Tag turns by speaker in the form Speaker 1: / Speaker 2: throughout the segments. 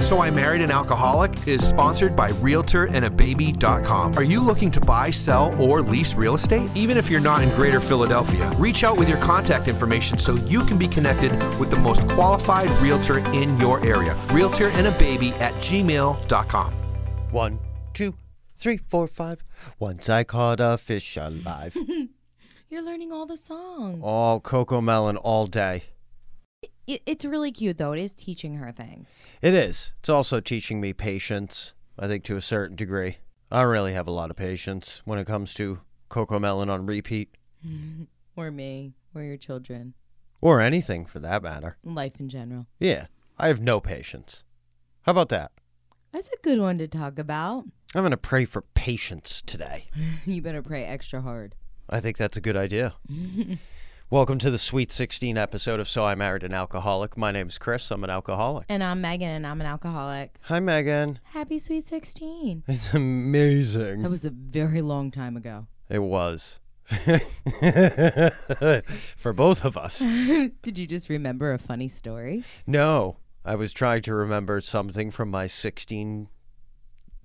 Speaker 1: So I Married an Alcoholic is sponsored by RealtorAndABaby.com. Are you looking to buy, sell, or lease real estate? Even if you're not in greater Philadelphia, reach out with your contact information so you can be connected with the most qualified realtor in your area. RealtorAndABaby at gmail.com.
Speaker 2: One, two, three, four, five. Once I caught a fish alive.
Speaker 3: You're learning all the songs.
Speaker 2: oh, Coco Melon all day.
Speaker 3: It, it's really cute, though. It is teaching her things.
Speaker 2: It is. It's also teaching me patience, I think, to a certain degree. I don't really have a lot of patience when it comes to Coco Melon on repeat,
Speaker 3: Or me, or your children,
Speaker 2: or anything for that matter.
Speaker 3: life in general.
Speaker 2: Yeah, I have no patience. How about that?
Speaker 3: That's a good one to talk about.
Speaker 2: I'm going to pray for patience today.
Speaker 3: you better pray extra hard.
Speaker 2: I think that's a good idea. Welcome to the Sweet 16 episode of So I Married an Alcoholic. My name's Chris. I'm an alcoholic.
Speaker 3: And I'm Megan, and I'm an alcoholic.
Speaker 2: Hi, Megan.
Speaker 3: Happy Sweet 16.
Speaker 2: It's
Speaker 3: That
Speaker 2: amazing.
Speaker 3: was a very long time ago.
Speaker 2: It was. for both of us.
Speaker 3: Did you just remember a funny story?
Speaker 2: No, I was trying to remember something from my 16,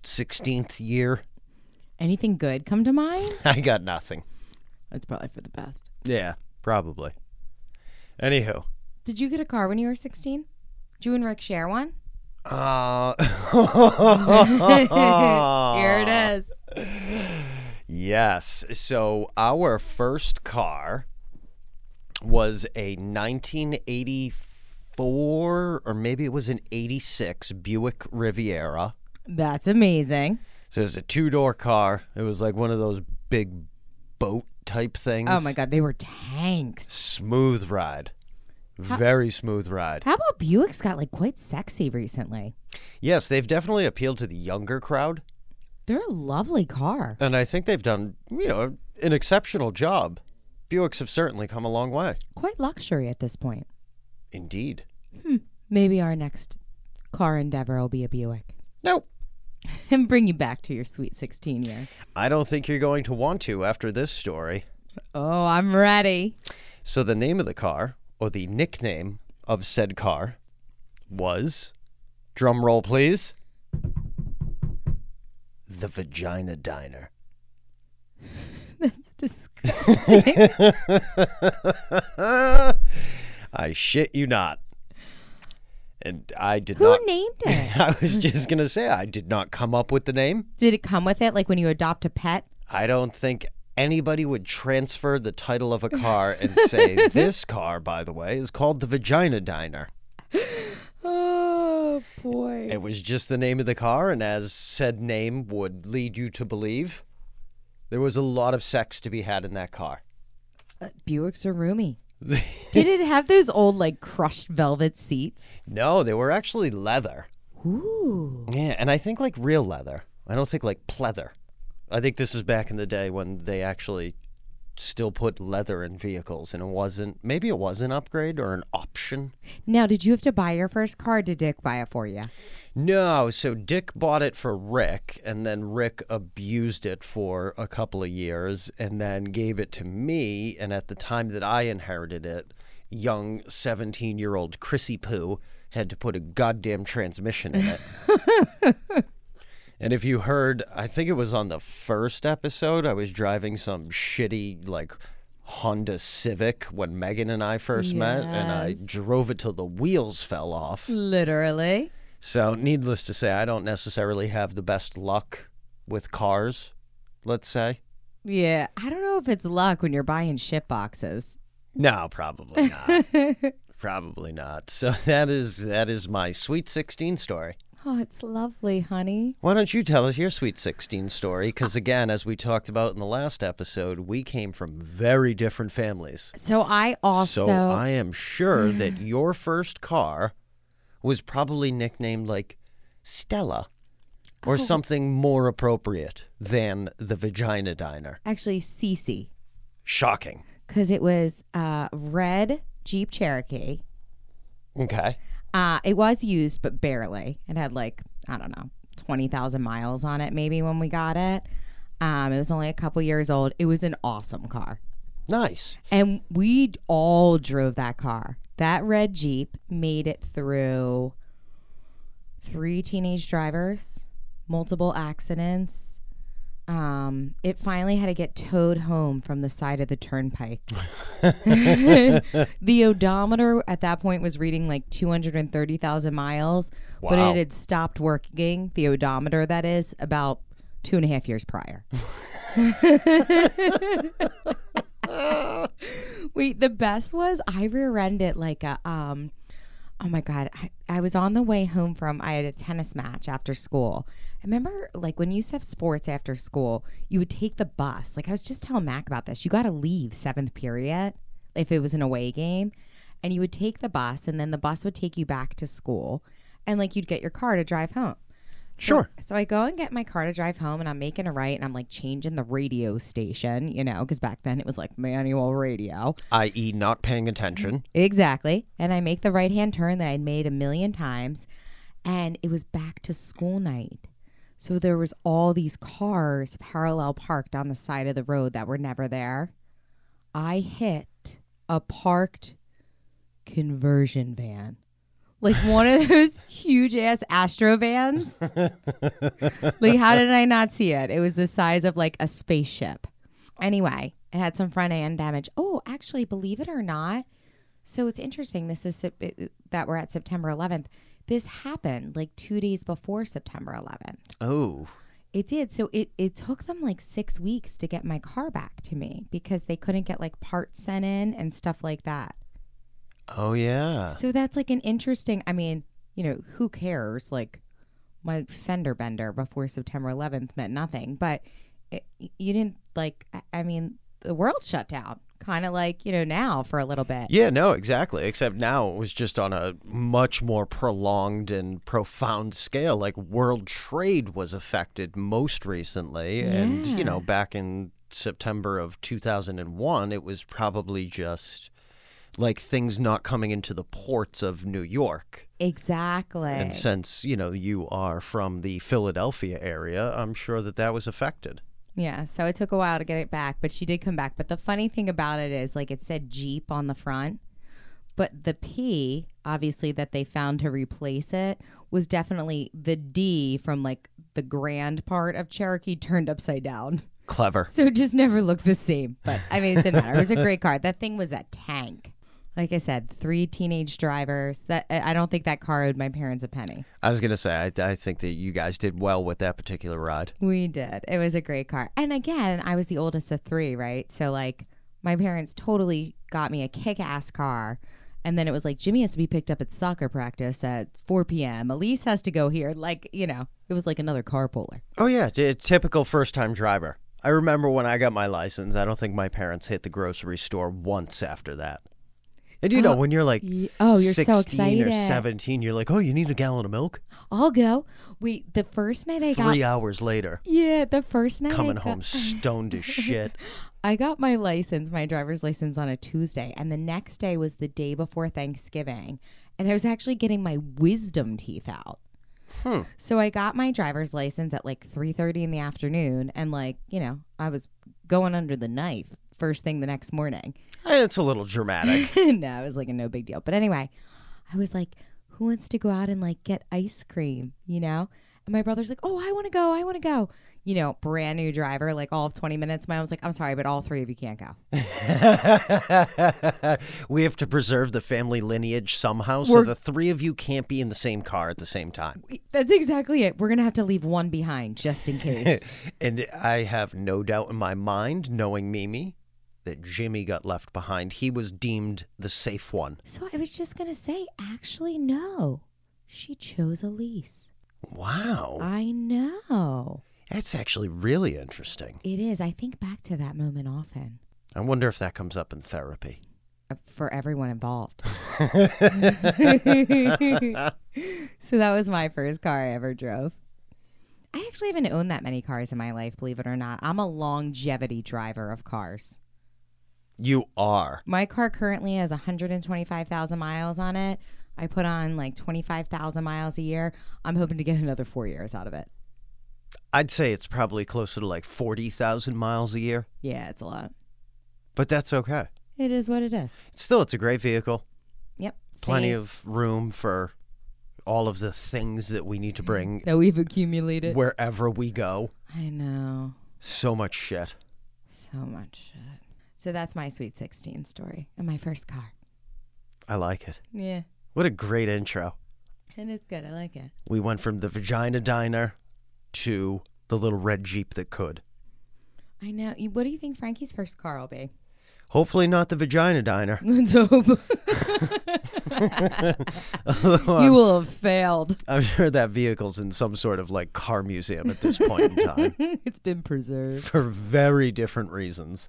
Speaker 2: 16th year.
Speaker 3: Anything good come to mind?
Speaker 2: I got nothing.
Speaker 3: That's probably for the best.
Speaker 2: Yeah, probably. Anywho,
Speaker 3: Did you get a car when you were 16? Did you and Rick share one?
Speaker 2: uh,
Speaker 3: Here it is.
Speaker 2: yes. So our first car was a 1984 or maybe it was an 86 Buick Riviera.
Speaker 3: That's amazing.
Speaker 2: So it was a two door car. It was like one of those big boat type things.
Speaker 3: Oh my God, they were tanks.
Speaker 2: Smooth ride. Very smooth ride.
Speaker 3: How about Buick's got like quite sexy recently?
Speaker 2: Yes, they've definitely appealed to the younger crowd.
Speaker 3: They're a lovely car.
Speaker 2: And I think they've done, you know, an exceptional job. Buicks have certainly come a long way.
Speaker 3: Quite luxury at this point.
Speaker 2: Indeed.
Speaker 3: Maybe our next car endeavor will be a Buick
Speaker 2: Nope.
Speaker 3: and bring you back to your sweet 16 year.
Speaker 2: I don't think you're going to want to after this story.
Speaker 3: Oh, I'm ready.
Speaker 2: So the name of the car, or the nickname of said car, was drum roll please. The Vagina Diner.
Speaker 3: That's disgusting.
Speaker 2: I shit you not. And I did
Speaker 3: Who
Speaker 2: not
Speaker 3: named it?
Speaker 2: I was just gonna say I did not come up with the name.
Speaker 3: Did it come with it like when you adopt a pet?
Speaker 2: I don't think anybody would transfer the title of a car and say this car, by the way, is called the Vagina Diner.
Speaker 3: Oh, boy.
Speaker 2: It was just the name of the car, and as said name would lead you to believe, there was a lot of sex to be had in that car.
Speaker 3: Buicks are roomy. Did it have those old like crushed velvet seats?
Speaker 2: No, they were actually leather.
Speaker 3: Ooh.
Speaker 2: Yeah, and I think like real leather. I don't think like pleather. I think this is back in the day when they actually still put leather in vehicles, and it wasn't maybe it was an upgrade or an option.
Speaker 3: Now, did you have to buy your first car? Did Dick buy it for you?
Speaker 2: No, so Dick bought it for Rick, and then Rick abused it for a couple of years, and then gave it to me. And at the time that I inherited it, young 17 year old Chrissy Poo had to put a goddamn transmission in it. and if you heard, I think it was on the first episode, I was driving some shitty, like, Honda Civic when Megan and I first met, and I
Speaker 3: Yes.
Speaker 2: drove it till the wheels fell off.
Speaker 3: Literally.
Speaker 2: So, needless to say, I don't necessarily have the best luck with cars, let's say.
Speaker 3: Yeah. I don't know if it's luck when you're buying shit boxes.
Speaker 2: No, probably not. probably not. So that is that is my sweet 16 story.
Speaker 3: Oh, it's lovely, honey.
Speaker 2: Why don't you tell us your sweet 16 story cuz again, as we talked about in the last episode, we came from very different families.
Speaker 3: So I also
Speaker 2: so I am sure that your first car was probably nicknamed like Stella
Speaker 3: Oh.
Speaker 2: or something more appropriate than the Vagina Diner.
Speaker 3: actually Cece
Speaker 2: Shocking.
Speaker 3: because it was uh, red Jeep Cherokee.
Speaker 2: Okay.
Speaker 3: Uh, it was used, but barely. It had like, I don't know, 20,000 miles on it maybe when we got it. Um, it was only a couple years old. It was an awesome car.
Speaker 2: Nice.
Speaker 3: And we d- all drove that car. That red Jeep made it through three teenage drivers, multiple accidents. Um, it finally had to get towed home from the side of the turnpike. the odometer at that point was reading like 230,000 miles, but
Speaker 2: Wow.
Speaker 3: it had stopped working, the odometer that is, about two and a half years prior. Wait, the best was I rear-ended like a um oh my god, I, I was on the way home from I had a tennis match after school. I remember like when you used to have sports after school, you would take the bus. Like I was just telling Mac about this. You gotta leave seventh period if it was an away game. And you would take the bus and then the bus would take you back to school and like you'd get your car to drive home.
Speaker 2: Sure.
Speaker 3: So I go and get my car to drive home, and I'm making a right, and I'm like changing the radio station, you know, because back then it was like manual radio.
Speaker 2: I.e., E, not paying attention.
Speaker 3: Exactly. And I make the right hand turn that I'd made a million times, and it was back to school night. So there was all these cars parallel parked on the side of the road that were never there. I hit a parked conversion van. Like one of those huge ass Astro vans. like, how did I not see it? It was the size of like a spaceship. Anyway, it had some front end damage. Oh, actually, believe it or not, so it's interesting. This is Sep- it- that we're at September 11th. This happened like two days before September 11th.
Speaker 2: Oh,
Speaker 3: It did. So it, it took them like six weeks to get my car back to me because they couldn't get like parts sent in and stuff like that.
Speaker 2: oh yeah.
Speaker 3: So that's like an interesting. I mean, you know, who cares? Like my fender bender before September 11th meant nothing, but it, you didn't like. I- I mean, the world shut down, kind of like you know now for a little bit.
Speaker 2: Yeah, no, exactly. Except now it was just on a much more prolonged and profound scale. Like world trade was affected most recently. And, you know, back in September of 2001, it was probably just like things not coming into the ports of New York.
Speaker 3: Exactly.
Speaker 2: And since, you know, you are from the Philadelphia area, I'm sure that that was affected.
Speaker 3: Yeah, so it took a while to get it back, but she did come back. But the funny thing about it is, like, it said Jeep on the front, but the P, obviously, that they found to replace it was definitely the D from like the grand part of Cherokee turned upside down.
Speaker 2: Clever.
Speaker 3: So it just never looked the same. But I mean, it didn't matter. It was a great car. That thing was a tank. Like I said, three teenage drivers. That I I don't think that car owed my parents a penny.
Speaker 2: I was going to say, I, I think that you guys did well with that particular ride.
Speaker 3: We did. It was a great car. And again, I was the oldest of three, right? So like my parents totally got me a kick ass car. And then it was like Jimmy has to be picked up at soccer practice at 4 p.m. Elise has to go here. Like, you know, it was like another carpooler.
Speaker 2: Oh yeah, t- typical first-time driver. I remember when I got my license. I don't think my parents hit the grocery store once after that. And you know, when you're like,
Speaker 3: ye- oh, you're so
Speaker 2: 16 or
Speaker 3: excited.
Speaker 2: 17, you're like, oh, you need a gallon of milk.
Speaker 3: I'll go. Wait, the first night I got
Speaker 2: Three hours later,
Speaker 3: Yeah, the first night I
Speaker 2: coming
Speaker 3: got,
Speaker 2: home stoned as shit.
Speaker 3: I got my license, my driver's license on a Tuesday, and the next day was the day before Thanksgiving. And I was actually getting my wisdom teeth out. So I got my driver's license at like 3:30 in the afternoon and like, you know, I was going under the knife first thing the next morning.
Speaker 2: Eh, It's a little dramatic.
Speaker 3: no, it was like a no big deal. But anyway, I was like, who wants to go out and like get ice cream, you know? And my brother's like, oh, I want to go. I want to go. You know, brand new driver, like all of 20 minutes. My mom's like, I'm sorry, but all three of you can't go.
Speaker 2: we have to preserve the family lineage somehow, so the three of you can't be in the same car at the same time.
Speaker 3: That's exactly it. We're going to have to leave one behind just in case.
Speaker 2: And I have no doubt in my mind, knowing Mimi, that Jimmy got left behind. He was deemed the safe one.
Speaker 3: so I was just going to say, actually, no. She chose Elise.
Speaker 2: Wow.
Speaker 3: I know.
Speaker 2: That's actually really interesting.
Speaker 3: It is. I think back to that moment often
Speaker 2: I wonder if that comes up in therapy.
Speaker 3: uh, for everyone involved. So that was my first car I ever drove. I actually haven't owned that many cars in my life, believe it or not. I'm a longevity driver of cars.
Speaker 2: you are.
Speaker 3: My car currently has 125,000 miles on it. I put on like 25,000 miles a year. I'm hoping to get another four years out of it.
Speaker 2: I'd say it's probably closer to like 40,000 miles a year,
Speaker 3: Yeah, it's a lot.
Speaker 2: but that's okay.
Speaker 3: It is what it is.
Speaker 2: Still, it's a great vehicle.
Speaker 3: Yep.
Speaker 2: Plenty
Speaker 3: safe.
Speaker 2: of room for all of the things that we need to bring
Speaker 3: that we've accumulated.
Speaker 2: wherever we go.
Speaker 3: I know.
Speaker 2: So much shit.
Speaker 3: So much shit. So that's my sweet 16 story and my first car.
Speaker 2: I like it.
Speaker 3: Yeah.
Speaker 2: What a great intro.
Speaker 3: And it's good. I like it.
Speaker 2: We went from the vagina diner to the little red Jeep that could.
Speaker 3: I know. You- What do you think Frankie's first car will be?
Speaker 2: Hopefully, not the vagina diner.
Speaker 3: Let's hope. you will have failed.
Speaker 2: I'm sure that vehicle's in some sort of like car museum at this point in time
Speaker 3: it's been preserved.
Speaker 2: for very different reasons.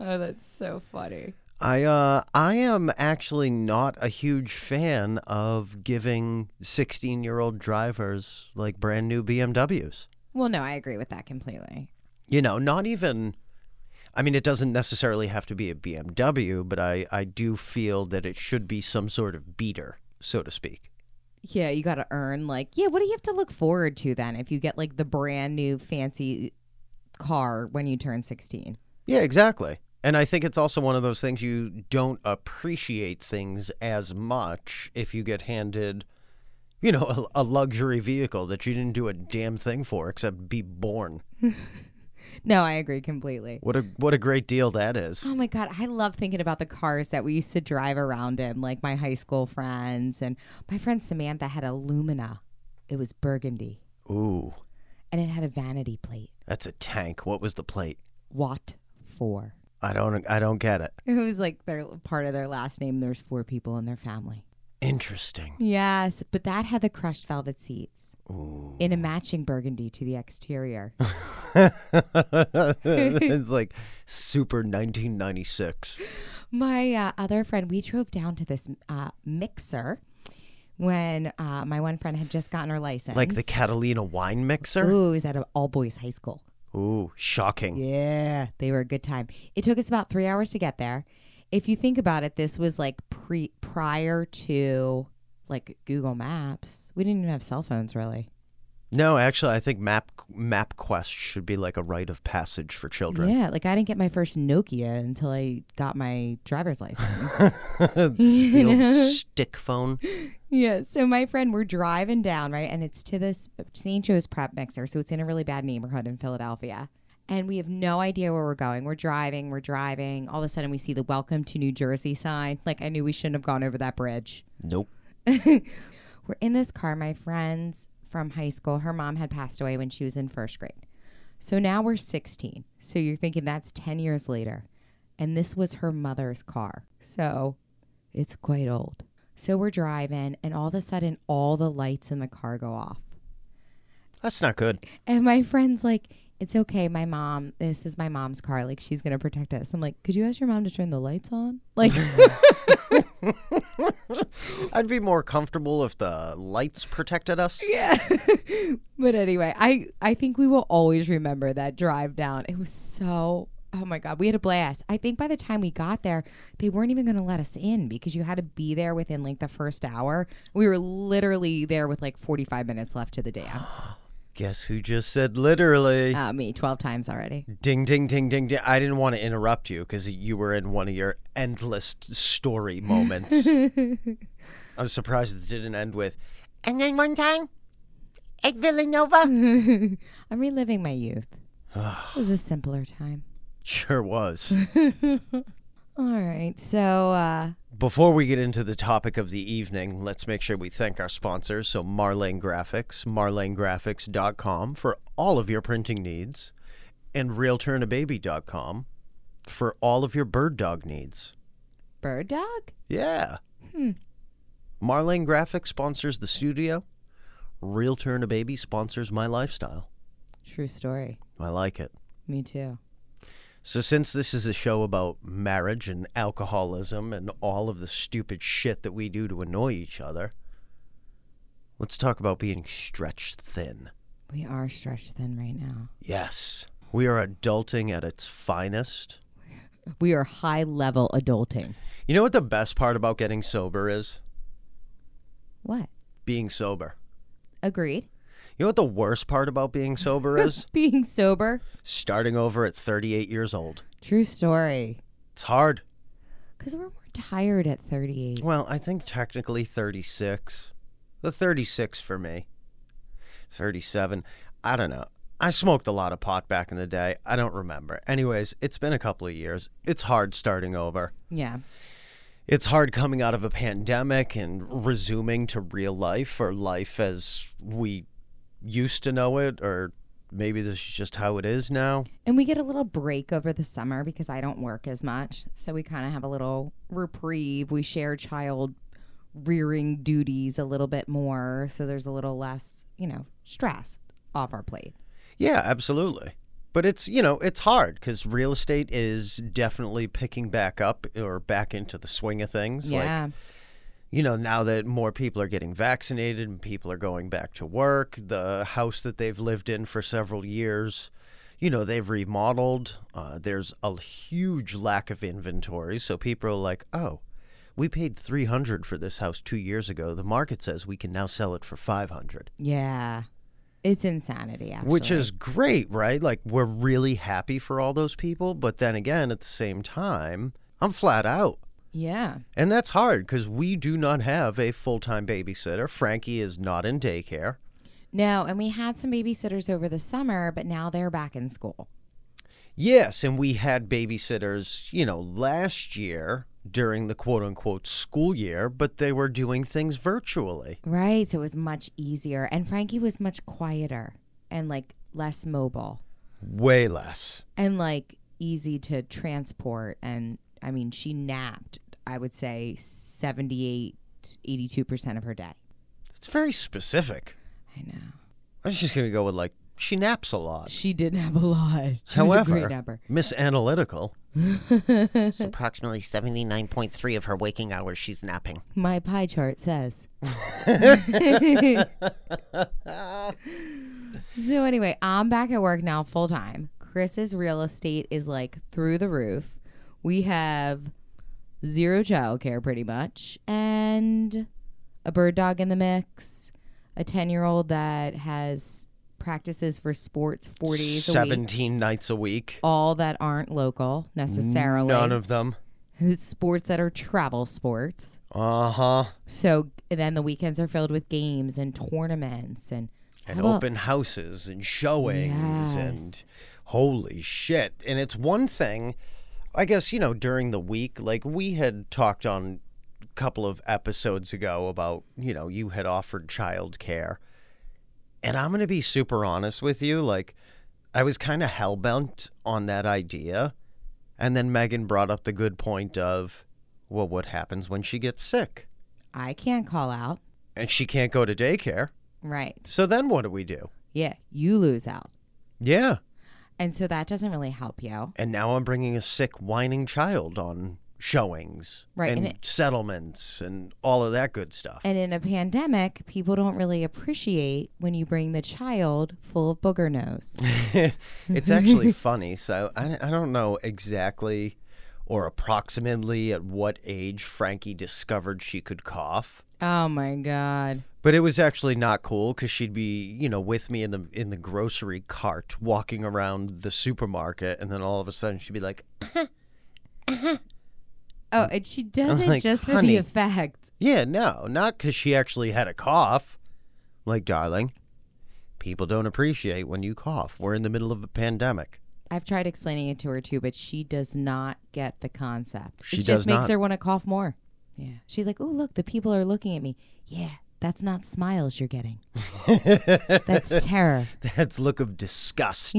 Speaker 3: Oh, that's so funny.
Speaker 2: I uh I am actually not a huge fan of giving 16-year-old drivers like brand new BMWs.
Speaker 3: Well, no, I agree with that completely.
Speaker 2: You know, not even I mean it doesn't necessarily have to be a BMW, but I I do feel that it should be some sort of beater, so to speak.
Speaker 3: Yeah, you got to earn, like, yeah, what do you have to look forward to then if you get, like, the brand new fancy car when you turn 16?
Speaker 2: Yeah, exactly. And I think it's also one of those things you don't appreciate things as much if you get handed, you know, a, a luxury vehicle that you didn't do a damn thing for except be born.
Speaker 3: No, I agree completely.
Speaker 2: What a what a great deal that is.
Speaker 3: Oh my god, I love thinking about the cars that we used to drive around in, like my high school friends and my friend Samantha had a Lumina. It was burgundy
Speaker 2: Ooh,
Speaker 3: and it had a vanity plate.
Speaker 2: that's a tank. What was the plate?
Speaker 3: What for?
Speaker 2: I don't I don't get it.
Speaker 3: It was like their part of their last name. There's four people in their family.
Speaker 2: Interesting.
Speaker 3: Yes, but that had the crushed velvet seats in a matching burgundy to the exterior.
Speaker 2: it's like super 1996.
Speaker 3: my uh, other friend, we drove down to this uh, mixer when uh, my one friend had just gotten her license.
Speaker 2: Like the Catalina wine mixer?
Speaker 3: Ooh, is that an all boys high school?
Speaker 2: Ooh, shocking.
Speaker 3: Yeah, they were a good time. It took us about three hours to get there. If you think about it, this was like pre prior to like Google Maps. We didn't even have cell phones really.
Speaker 2: No, actually, I think Map MapQuest should be like a rite of passage for children.
Speaker 3: Yeah, like I didn't get my first Nokia until I got my driver's license.
Speaker 2: the old stick phone.
Speaker 3: Yeah. So my friend, we're driving down, right? And it's to this St. Joe's prep mixer. So it's in a really bad neighborhood in Philadelphia. And we have no idea where we're going. We're driving, we're driving. All of a sudden we see the welcome to New Jersey sign. Like I knew we shouldn't have gone over that bridge.
Speaker 2: Nope.
Speaker 3: We're in this car, my friends from high school, her mom had passed away when she was in first grade. So now we're 16. So you're thinking that's 10 years later. And this was her mother's car. So it's quite old. So we're driving, and all of a sudden, all the lights in the car go off.
Speaker 2: That's not good.
Speaker 3: And my friend's like, It's okay, my mom, this is my mom's car. Like, she's going to protect us. I'm like, Could you ask your mom to turn the lights on? Like,
Speaker 2: I'd be more comfortable if the lights protected us.
Speaker 3: But anyway, I I think we will always remember that drive down. It was so oh my god, we had a blast. I think by the time we got there, they weren't even going to let us in because you had to be there within like the first hour. We were literally there with like 45 minutes left to the dance.
Speaker 2: Guess who just said literally?
Speaker 3: uh, me 12 times already.
Speaker 2: Ding, ding, ding, ding, ding. I didn't want to interrupt you because you were in one of your endless story moments. I'm surprised it didn't end with, and then one time at Villanova.
Speaker 3: I'm reliving my youth. it was a simpler time.
Speaker 2: sure was.
Speaker 3: All right. So uh
Speaker 2: Before we get into the topic of the evening, let's make sure we thank our sponsors. So, Marlane Graphics, marlanegraphics.com for all of your printing needs, and realturndababy.com for all of your bird dog needs.
Speaker 3: bird dog?
Speaker 2: Yeah. Marlane Graphics sponsors the studio. Real Turn a Baby sponsors my lifestyle.
Speaker 3: True story.
Speaker 2: I like it.
Speaker 3: Me too.
Speaker 2: So, since this is a show about marriage and alcoholism and all of the stupid shit that we do to annoy each other, let's talk about being stretched thin.
Speaker 3: We are stretched thin right now.
Speaker 2: Yes, we are adulting at its finest.
Speaker 3: We are high level adulting.
Speaker 2: You know what the best part about getting sober is?
Speaker 3: What?
Speaker 2: Being sober.
Speaker 3: Agreed.
Speaker 2: You know what the worst part about being sober is?
Speaker 3: Being sober.
Speaker 2: Starting over at 38 years old.
Speaker 3: True story.
Speaker 2: It's hard.
Speaker 3: Because we're more tired at 38.
Speaker 2: Well, I think technically 36. The 36 for me. 37. I don't know. I smoked a lot of pot back in the day. I don't remember. Anyways, it's been a couple of years. It's hard starting over.
Speaker 3: Yeah.
Speaker 2: It's hard coming out of a pandemic and resuming to real life or life as we used to know it, or maybe this is just how it is now.
Speaker 3: And we get a little break over the summer because I don't work as much. So we kind of have a little reprieve. We share child rearing duties a little bit more. So there's a little less, you know, stress off our plate.
Speaker 2: Yeah, absolutely. But it's, you know, it's hard because real estate is definitely picking back up or back into the swing of things. Like,
Speaker 3: yeah.
Speaker 2: you know, now that more people are getting vaccinated and people are going back to work, the house that they've lived in for several years, you know, they've remodeled. Uh, there's a huge lack of inventory. So people are like, oh, we paid 300 for this house two years ago. The market says we can now sell it for 500.
Speaker 3: yeah. It's insanity, actually.
Speaker 2: Which is great, right? Like, we're really happy for all those people. But then again, at the same time, I'm flat out.
Speaker 3: Yeah.
Speaker 2: And that's hard because we do not have a full time babysitter. Frankie is not in daycare.
Speaker 3: No, and we had some babysitters over the summer, but now they're back in school.
Speaker 2: Yes, and we had babysitters, you know, last year during the quote unquote school year, but they were doing things virtually.
Speaker 3: Right. So it was much easier. And Frankie was much quieter and like less mobile
Speaker 2: Way less.
Speaker 3: and like easy to transport. And I mean, she napped, I would say 78, 82% of her day.
Speaker 2: It's very specific.
Speaker 3: I know.
Speaker 2: I was just going to go with like, she naps a lot.
Speaker 3: She did nap a lot. She was a great
Speaker 2: However,
Speaker 3: napper.
Speaker 2: Miss Analytical,
Speaker 4: Approximately 79.3 of her waking hours she's napping.
Speaker 3: My pie chart says. so anyway, I'm back at work now full time. Chris's real estate is like through the roof. We have zero childcare pretty much and a bird dog in the mix, a 10-year-old that has practices for sports 4 days a week,
Speaker 2: 17 nights a week.
Speaker 3: all that aren't local necessarily.
Speaker 2: None of them.
Speaker 3: sports that are travel sports.
Speaker 2: Uh huh.
Speaker 3: So then the weekends are filled with games and tournaments and oh,
Speaker 2: and
Speaker 3: How about-
Speaker 2: open houses and showings and
Speaker 3: Yes.
Speaker 2: holy shit and it's one thing i guess you know during the week like we had talked on a couple of episodes ago about you know you had offered childcare and i'm going to be super honest with you like i was kind of hellbent on that idea and then megan brought up the good point of well what happens when she gets sick
Speaker 3: I can't call out.
Speaker 2: and she can't go to daycare
Speaker 3: Right.
Speaker 2: so then what do we do
Speaker 3: Yeah, you lose out.
Speaker 2: yeah
Speaker 3: And so that doesn't really help you.
Speaker 2: and now I'm bringing a sick whining child on showings
Speaker 3: Right,
Speaker 2: and,
Speaker 3: and it-
Speaker 2: settlements and all of that good stuff.
Speaker 3: And in a pandemic, people don't really appreciate when you bring the child full of booger nose.
Speaker 2: it's actually funny. So I, I don't know exactly or approximately at what age Frankie discovered she could cough.
Speaker 3: oh my God.
Speaker 2: But it was actually not cool because she'd be, you know, with me in the in the grocery cart, walking around the supermarket, and then all of a sudden she'd be like,
Speaker 3: Oh, and she does
Speaker 2: I'm
Speaker 3: it
Speaker 2: like,
Speaker 3: just for
Speaker 2: "Honey."
Speaker 3: the effect.
Speaker 2: Yeah, no, not because she actually had a cough. Like, darling, people don't appreciate when you cough. We're in the middle of a pandemic.
Speaker 3: I've tried explaining it to her too, but she does not get the concept.
Speaker 2: She
Speaker 3: it
Speaker 2: does
Speaker 3: just makes
Speaker 2: not.
Speaker 3: her want to cough more. Yeah. She's like, oh, look, the people are looking at me. Yeah, that's not smiles you're getting. that's terror.
Speaker 2: That's look of disgust.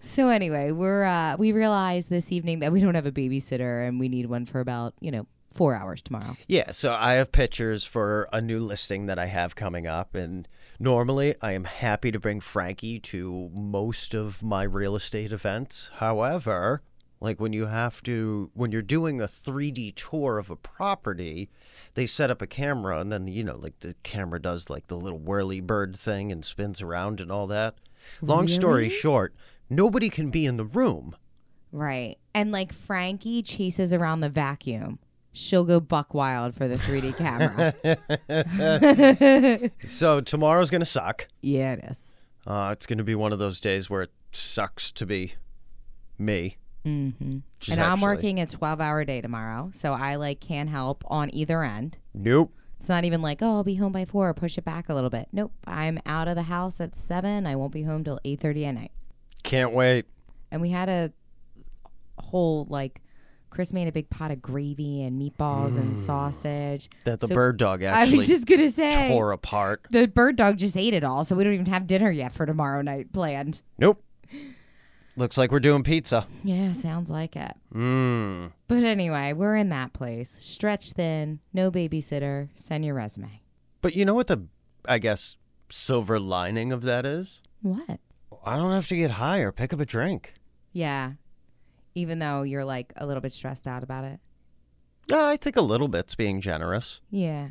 Speaker 3: So anyway, we're uh, we realized this evening that we don't have a babysitter and we need one for about you know four hours tomorrow.
Speaker 2: Yeah, so I have pictures for a new listing that I have coming up. And normally I am happy to bring Frankie to most of my real estate events. However, like when you have to, when you're doing a 3D tour of a property, they set up a camera and then, you know, like the camera does like the little whirly bird thing and spins around and all that. Long story short, nobody can be in the room.
Speaker 3: Right, and like Frankie chases around the vacuum, she'll go buck wild for the 3D camera.
Speaker 2: So tomorrow's going to suck.
Speaker 3: yeah, it is.
Speaker 2: Uh, it's going to be one of those days where it sucks to be me.
Speaker 3: Mm-hmm.
Speaker 2: Which is
Speaker 3: And I'm
Speaker 2: actually-
Speaker 3: working a 12 hour day tomorrow. So I like can't help on either end.
Speaker 2: Nope.
Speaker 3: It's not even like, oh, I'll be home by four, push it back a little bit. Nope. I'm out of the house at seven. I won't be home till 8.30 at night.
Speaker 2: Can't wait.
Speaker 3: And we had a whole like, Chris made a big pot of gravy and meatballs and sausage.
Speaker 2: Mm. That the
Speaker 3: So-
Speaker 2: bird dog
Speaker 3: I
Speaker 2: actually
Speaker 3: was just going to say.
Speaker 2: tore apart.
Speaker 3: The bird dog just ate it all, so we don't even have dinner yet for tomorrow night planned.
Speaker 2: Nope. Looks like we're doing pizza.
Speaker 3: Yeah, sounds like it.
Speaker 2: Mmm.
Speaker 3: But anyway, we're in that place. Stretch thin, no babysitter, send your resume.
Speaker 2: But you know what the, I guess, silver lining of that is?
Speaker 3: What?
Speaker 2: I don't have to get high or pick up a drink.
Speaker 3: Yeah. Even though you're like a little bit stressed out about it.
Speaker 2: Yeah, I think a little bit's being generous.
Speaker 3: Yeah.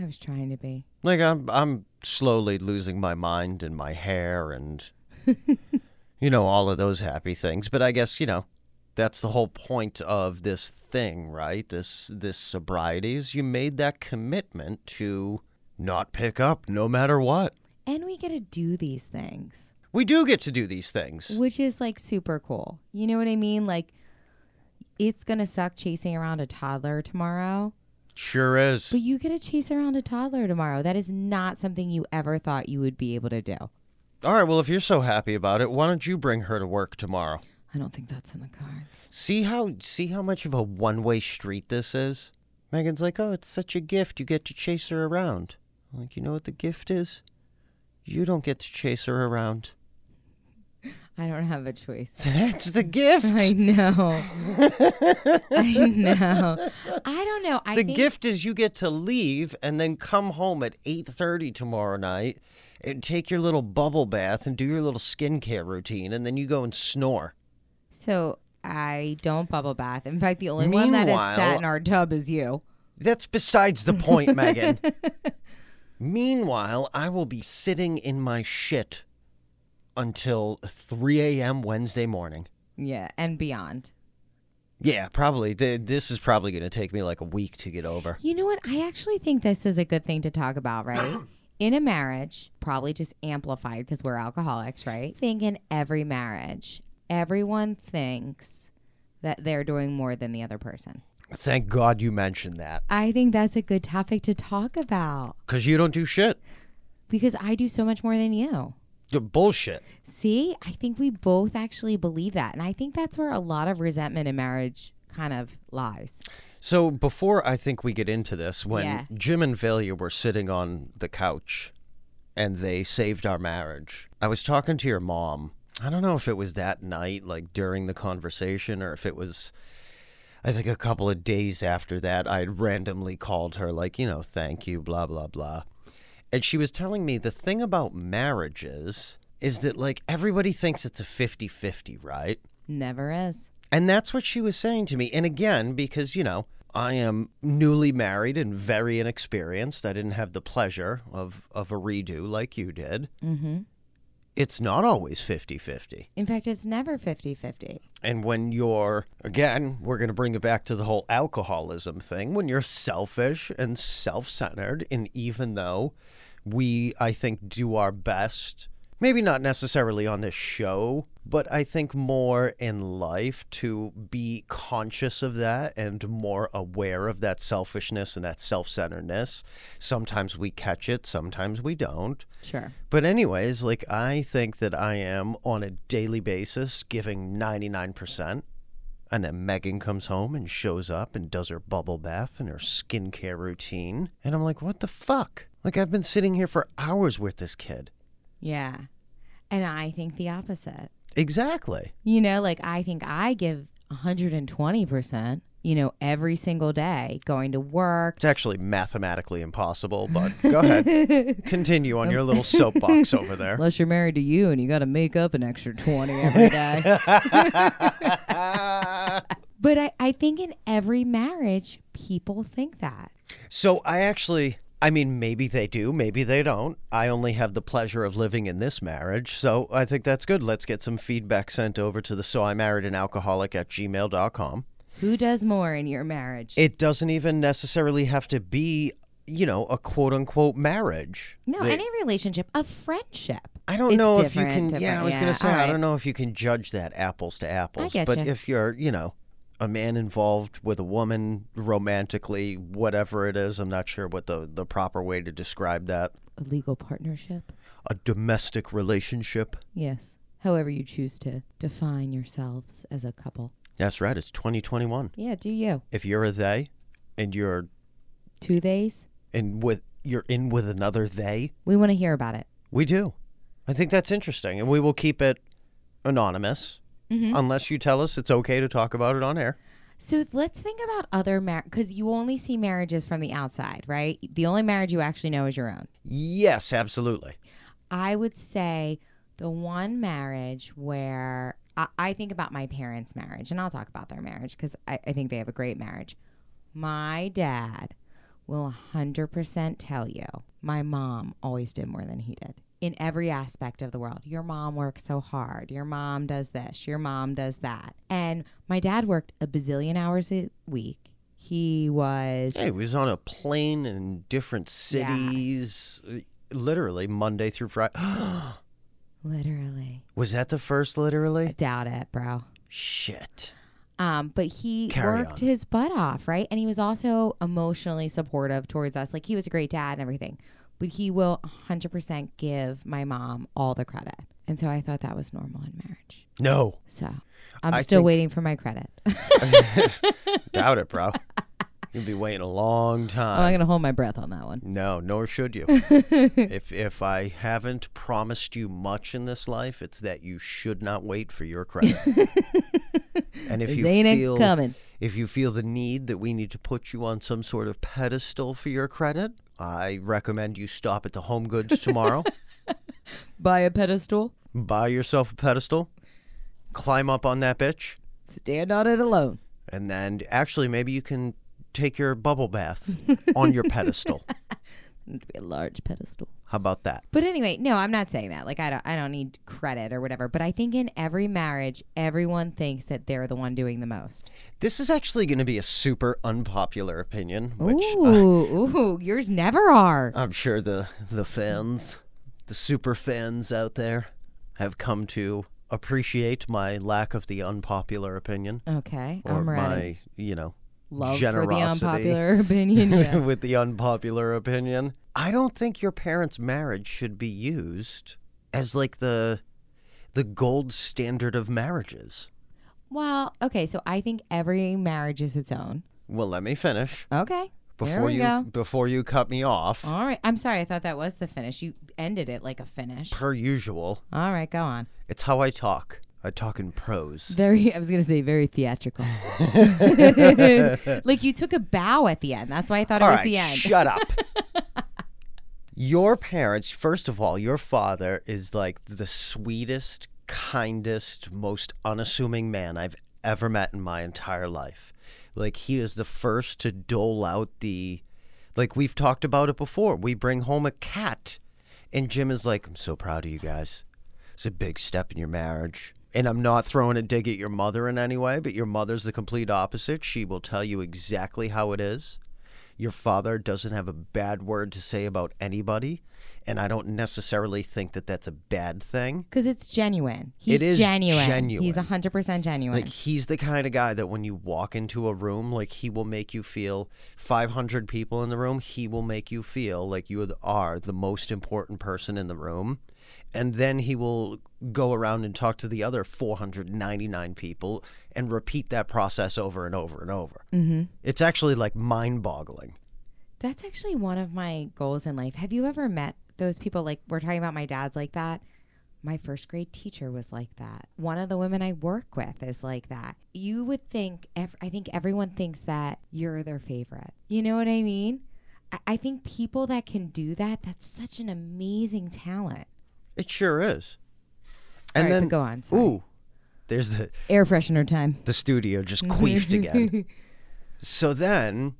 Speaker 3: I was trying to be.
Speaker 2: Like I'm, I'm slowly losing my mind and my hair and, you know, all of those happy things. But I guess you know, that's the whole point of this thing, right? This this sobriety is you made that commitment to not pick up no matter what.
Speaker 3: And we get to do these things,
Speaker 2: We do get to do these things.
Speaker 3: which is like super cool. You know what I mean? Like, it's going to suck chasing around a toddler tomorrow,
Speaker 2: Sure is.
Speaker 3: but you get to chase around a toddler tomorrow. That is not something you ever thought you would be able to do.
Speaker 2: All right. Well, if you're so happy about it, why don't you bring her to work tomorrow?
Speaker 3: I don't think that's in the cards.
Speaker 2: See how see how much of a one way street this is? Megan's like, Oh, it's such a gift. You get to chase her around. I'm like, you know what the gift is? You don't get to chase her around.
Speaker 3: I don't have a choice.
Speaker 2: That's the gift.
Speaker 3: I know. I know. I don't know. I
Speaker 2: the
Speaker 3: think
Speaker 2: gift is you get to leave and then come home at eight thirty tomorrow night and take your little bubble bath and do your little skincare routine and then you go and snore.
Speaker 3: so. I don't bubble bath. In fact, the only one that has sat
Speaker 2: Meanwhile-
Speaker 3: in our tub is you.
Speaker 2: That's besides the point, Megan. Meanwhile, I will be sitting in my shit until 3 a.m. Wednesday morning.
Speaker 3: Yeah, and beyond.
Speaker 2: Yeah, probably. Th- This is probably going to take me like a week to get over.
Speaker 3: You know what? I actually think this is a good thing to talk about, right? In a marriage, probably just amplified because we're alcoholics, right? I think in every marriage, everyone thinks that they're doing more than the other person.
Speaker 2: Thank God you mentioned that
Speaker 3: I think that's a good topic to talk about
Speaker 2: because you don't do shit.
Speaker 3: because I do so much more than you.
Speaker 2: You're bullshit.
Speaker 3: See, I think we both actually believe that. And I think that's where a lot of resentment in marriage kind of lies.
Speaker 2: So before I think we get into this, when
Speaker 3: Yeah.
Speaker 2: Jim and Valia were sitting on the couch and they saved our marriage, I was talking to your mom. I don't know if it was that night, like during the conversation, or if it was I think a couple of days after that, I had randomly called her, like, you know, thank you, blah, blah, blah. And she was telling me the thing about marriages is that, like, everybody thinks it's a 50 50, right?
Speaker 3: Never is.
Speaker 2: And that's what she was saying to me. And again, because, you know, I am newly married and very inexperienced. I didn't have the pleasure of, of a redo like you did. Mm-hmm. It's not always 50 50.
Speaker 3: In fact, it's never 50 50.
Speaker 2: And when you're, again, we're going to bring it back to the whole alcoholism thing, when you're selfish and self centered, and even though we, I think, do our best, maybe not necessarily on this show, but I think more in life to be conscious of that and more aware of that selfishness and that self centeredness. Sometimes we catch it, sometimes we don't.
Speaker 3: Sure.
Speaker 2: But anyways, like I think that I am on a daily basis giving 99%. And then Megan comes home and shows up and does her bubble bath and her skincare routine. And I'm like, what the fuck? Like, I've been sitting here for hours with this kid.
Speaker 3: Yeah. And I think the opposite.
Speaker 2: Exactly.
Speaker 3: You know, like I think I give 120%, you know, every single day going to work.
Speaker 2: It's actually mathematically impossible, but go ahead. Continue on your little soapbox over there.
Speaker 3: Unless you're married to you and you got to make up an extra 20 every day. but I, I think in every marriage, people think that.
Speaker 2: So I actually, I mean, maybe they do, maybe they don't. I only have the pleasure of living in this marriage. So I think that's good. Let's get some feedback sent over to the so I married an alcoholic at gmail.com.
Speaker 3: Who does more in your marriage?
Speaker 2: It doesn't even necessarily have to be, you know, a quote unquote marriage.
Speaker 3: no,
Speaker 2: They-
Speaker 3: any relationship, a friendship.
Speaker 2: I don't
Speaker 3: It's
Speaker 2: know if you
Speaker 3: different,
Speaker 2: can.
Speaker 3: different,
Speaker 2: Yeah, I was
Speaker 3: yeah,
Speaker 2: gonna say I
Speaker 3: alright.
Speaker 2: don't know if you can judge that apples to apples.
Speaker 3: get
Speaker 2: but
Speaker 3: ya.
Speaker 2: if you're, you know, a man involved with a woman romantically, whatever it is, I'm not sure what the the proper way to describe that.
Speaker 3: a legal partnership.
Speaker 2: A domestic relationship.
Speaker 3: Yes. However you choose to define yourselves as a couple.
Speaker 2: That's right. It's 2021.
Speaker 3: Yeah, do you.
Speaker 2: If you're a they, and you're
Speaker 3: Two days?
Speaker 2: in with you're in with another they,
Speaker 3: We want to hear about it.
Speaker 2: we do. I think that's interesting, and we will keep it anonymous unless you tell us it's okay to talk about it on air.
Speaker 3: So let's think about other marriage because you only see marriages from the outside, right? The only marriage you actually know is your own.
Speaker 2: Yes, absolutely.
Speaker 3: I would say the one marriage where I, I think about my parents' marriage, and I'll talk about their marriage because I, I think they have a great marriage. My dad will 100% tell you my mom always did more than he did in every aspect of the world. Your mom works so hard. Your mom does this. Your mom does that. And my dad worked a bazillion hours a week. He was
Speaker 2: Yeah, he was on a plane in different cities, uh, literally Monday through Friday.
Speaker 3: literally,
Speaker 2: was that the first,
Speaker 3: I
Speaker 2: literally?
Speaker 3: doubt it, bro.
Speaker 2: Shit.
Speaker 3: Um, but he
Speaker 2: Carry
Speaker 3: worked his butt off, right? And he was also emotionally supportive towards us. Like he was a great dad and everything. But he will 100% give my mom all the credit. And so I thought that was normal in marriage.
Speaker 2: No,
Speaker 3: So I'm
Speaker 2: I
Speaker 3: still
Speaker 2: think-
Speaker 3: waiting for my credit. oh,
Speaker 2: doubt it, bro. You'd be waiting a long
Speaker 3: I'm
Speaker 2: time.
Speaker 3: going to hold my breath on that one.
Speaker 2: no, nor should you. if if I haven't promised you much in this life, it's that you should not wait for your credit. and if
Speaker 3: This
Speaker 2: you
Speaker 3: ain't it
Speaker 2: feel
Speaker 3: coming.
Speaker 2: if you feel the need that we need to put you on some sort of pedestal for your credit, I recommend you stop at the Home Goods tomorrow.
Speaker 3: Buy a pedestal,
Speaker 2: buy yourself a pedestal, climb up on that bitch,
Speaker 3: stand on it alone.
Speaker 2: and then actually maybe you can take your bubble bath on your pedestal.
Speaker 3: It'd be a large pedestal.
Speaker 2: How about that?
Speaker 3: But anyway, no, I'm not saying that. Like I don't I don't need credit or whatever, but I think in every marriage everyone thinks that they're the one doing the most.
Speaker 2: This is actually going to be a super unpopular opinion, which uh,
Speaker 3: Ooh, ooh, yours never are.
Speaker 2: I'm sure the the fans, the super fans out there have come to appreciate my lack of the unpopular opinion
Speaker 3: Okay,
Speaker 2: or
Speaker 3: I'm ready.
Speaker 2: my, you know,
Speaker 3: Love
Speaker 2: generosity.
Speaker 3: for the unpopular opinion. Yeah.
Speaker 2: with the unpopular opinion. I don't think your parents' marriage should be used as like the the gold standard of marriages.
Speaker 3: well, okay, so I think every marriage is its own.
Speaker 2: Well, let me finish
Speaker 3: Okay, there
Speaker 2: before
Speaker 3: we
Speaker 2: you
Speaker 3: go.
Speaker 2: before you cut me off.
Speaker 3: All right, I'm sorry. I thought that was the finish. You ended it like a finish.
Speaker 2: Per usual,
Speaker 3: All right, go on.
Speaker 2: it's how I talk. I talk in prose.
Speaker 3: Very, I was gonna say very theatrical. like you took a bow at the end. That's why I thought it
Speaker 2: All
Speaker 3: was
Speaker 2: right,
Speaker 3: the end.
Speaker 2: shut up. your parents, first of all, your father is like the sweetest, kindest, most unassuming man I've ever met in my entire life. Like he is the first to dole out the like we've talked about it before. We bring home a cat and Jim is like, "I'm so proud of you guys. It's a big step in your marriage." And I'm not throwing a dig at your mother in any way, but your mother's the complete opposite. She will tell you exactly how it is. Your father doesn't have a bad word to say about anybody, and I don't necessarily think that that's a bad thing.
Speaker 3: Because it's genuine. He's
Speaker 2: is
Speaker 3: genuine.
Speaker 2: genuine.
Speaker 3: He's 100% genuine.
Speaker 2: Like he's the kind of guy that when you walk into a room, like he will make you feel 500 people in the room, he will make you feel like you are the most important person in the room. And then he will go around and talk to the other 499 people and repeat that process over and over and over. Mm-hmm. It's actually like mind boggling.
Speaker 3: That's actually one of my goals in life. Have you ever met those people? Like, we're talking about my dad's like that. My first grade teacher was like that. One of the women I work with is like that. You would think, ev- I think everyone thinks that you're their favorite. You know what I mean? I, I think people that can do that, that's such an amazing talent.
Speaker 2: It sure is.
Speaker 3: All right, but go on, sorry.
Speaker 2: Ooh, there's the
Speaker 3: Air freshener time.
Speaker 2: the studio just
Speaker 3: Mm-hmm.
Speaker 2: queefed again. So then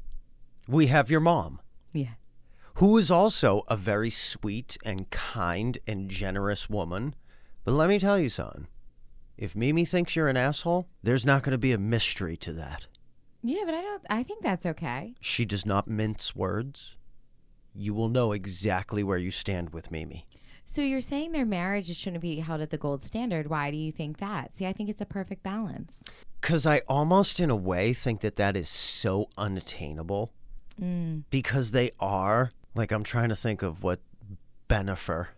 Speaker 2: we have your mom,
Speaker 3: Yeah.
Speaker 2: who is also a very sweet and kind and generous woman. But let me tell you something. If Mimi thinks you're an asshole, there's not going to be a mystery to that.
Speaker 3: Yeah, but I don't, I think that's okay.
Speaker 2: She does not mince words. You will know exactly where you stand with Mimi.
Speaker 3: So you're saying their marriages shouldn't be held at the gold standard. Why do you think that? See, I think it's a perfect balance.
Speaker 2: Because I almost, in a way, think that that is so unattainable because they are like I'm trying to think of what Benifer,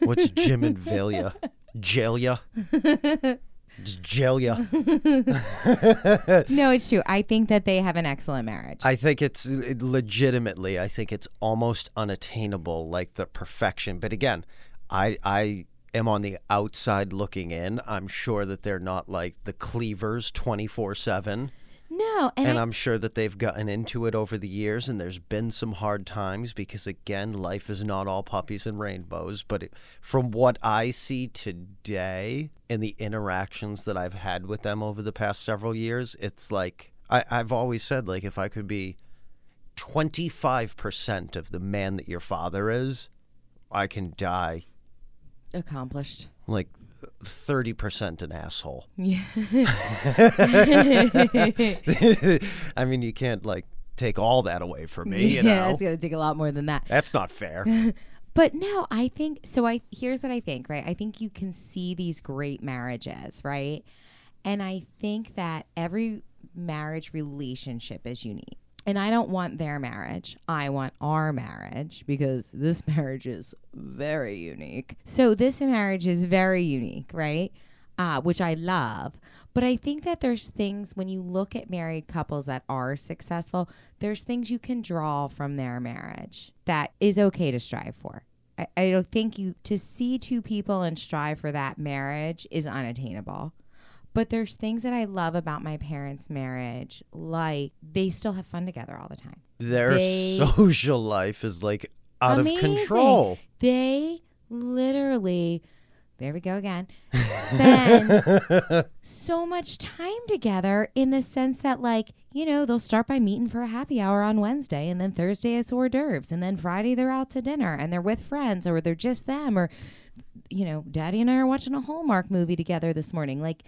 Speaker 2: what's Jim and Valia, Jalia, It's Jalia.
Speaker 3: No, it's true. I think that they have an excellent marriage.
Speaker 2: I think it's it, legitimately. I think it's almost unattainable, like the perfection. But again, I I am on the outside looking in. I'm sure that they're not like the Cleavers twenty four seven.
Speaker 3: no, and,
Speaker 2: and
Speaker 3: I,
Speaker 2: I'm sure that they've gotten into it over the years, and there's been some hard times because, again, life is not all puppies and rainbows. But it, from what I see today and the interactions that I've had with them over the past several years, it's like I, I've always said, like if I could be 25% of the man that your father is, I can die
Speaker 3: accomplished.
Speaker 2: like 30% an asshole.
Speaker 3: Yeah.
Speaker 2: I mean, you can't like take all that away from me. You know?
Speaker 3: yeah, it's gonna take a lot more than that.
Speaker 2: That's not fair.
Speaker 3: But no, I think so. I here's what I think, right? I think you can see these great marriages, right? And I think that every marriage relationship is unique. And I don't want their marriage. I want our marriage because this marriage is very unique. So this marriage is very unique, right? uh, which I love. But I think that there's things when you look at married couples that are successful, there's things you can draw from their marriage that is okay to strive for. I, I don't think you to see two people and strive for that marriage is unattainable. But there's things that I love about my parents' marriage, like they still have fun together all the time.
Speaker 2: Their
Speaker 3: They-
Speaker 2: social life is like out
Speaker 3: Amazing.
Speaker 2: of control.
Speaker 3: They literally, there we go again, spend so much time together in the sense that, like, you know, they'll start by meeting for a happy hour on Wednesday, and then Thursday it's hors d'oeuvres, and then Friday they're out to dinner, and they're with friends, or they're just them, or, you know, daddy and I are watching a Hallmark movie together this morning. Like,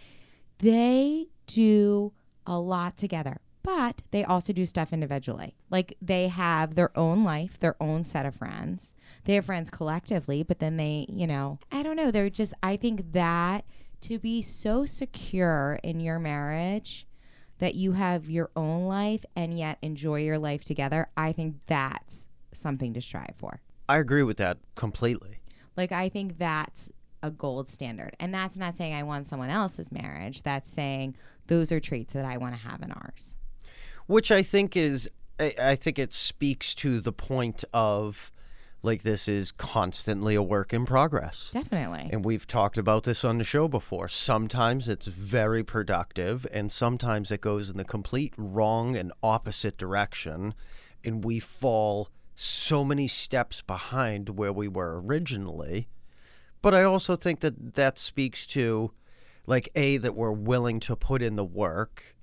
Speaker 3: they do a lot together, but they also do stuff individually. Like they have their own life, their own set of friends. They have friends collectively, but then they, you know, I don't know. They're just, I think that to be so secure in your marriage that you have your own life and yet enjoy your life together, I think that's something to strive for.
Speaker 2: I agree with that completely.
Speaker 3: Like I think that's a gold standard. And that's not saying I want someone else's marriage. That's saying those are traits that I want to have in ours.
Speaker 2: Which I think is, I, I think it speaks to the point of like this is constantly a work in progress.
Speaker 3: Definitely.
Speaker 2: And we've talked about this on the show before. Sometimes it's very productive, and sometimes it goes in the complete wrong and opposite direction. And we fall so many steps behind where we were originally. But I also think that that speaks to, like, A, that we're willing to put in the work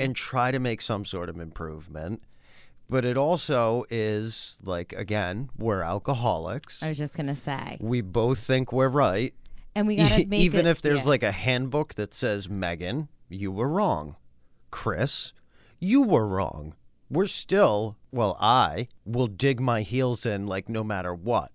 Speaker 2: and try to make some sort of improvement. But it also is, like, again, we're alcoholics
Speaker 3: I was just going to say.
Speaker 2: we both think we're right.
Speaker 3: And we got to make
Speaker 2: E, Even
Speaker 3: it-
Speaker 2: if there's
Speaker 3: yeah.
Speaker 2: like a handbook that says, Megan, you were wrong. Chris, you were wrong. We're still, well, I will dig my heels in like no matter what.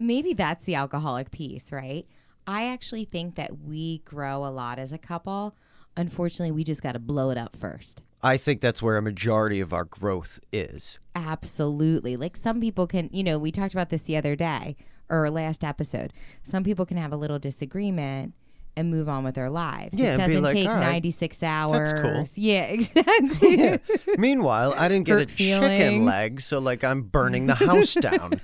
Speaker 3: maybe that's the alcoholic piece, right? I actually think that we grow a lot as a couple. Unfortunately, we just got to blow it up first.
Speaker 2: I think that's where a majority of our growth is.
Speaker 3: Absolutely. Like some people can, you know, we talked about this the other day or last episode. Some people can have a little disagreement and move on with their lives.
Speaker 2: Yeah,
Speaker 3: it
Speaker 2: and be
Speaker 3: doesn't
Speaker 2: like,
Speaker 3: take
Speaker 2: "All right,
Speaker 3: 96 hours.
Speaker 2: that's cool."
Speaker 3: Yeah, exactly.
Speaker 2: Meanwhile, I didn't get a
Speaker 3: Hurt
Speaker 2: chicken
Speaker 3: feelings.
Speaker 2: leg, so like I'm burning the house down.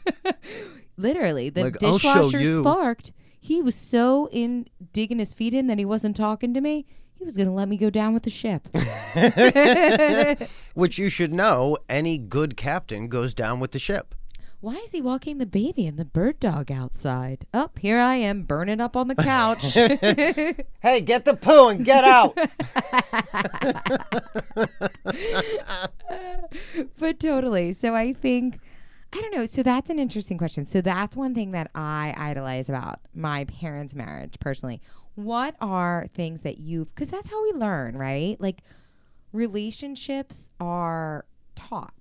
Speaker 3: Literally, the
Speaker 2: Like, I'll show
Speaker 3: dishwasher
Speaker 2: you.
Speaker 3: sparked. He was so in digging his feet in that he wasn't talking to me. He was going to let me go down with the ship.
Speaker 2: Which you should know any good captain goes down with the ship.
Speaker 3: Why is he walking the baby and the bird dog outside? Up here I am burning up on the couch.
Speaker 2: Hey, get the poo and get out.
Speaker 3: but totally. So I think I don't know. So that's an interesting question. So that's one thing that I idolize about my parents' marriage personally. What are things that you've cuz that's how we learn, right? Like relationships are taught,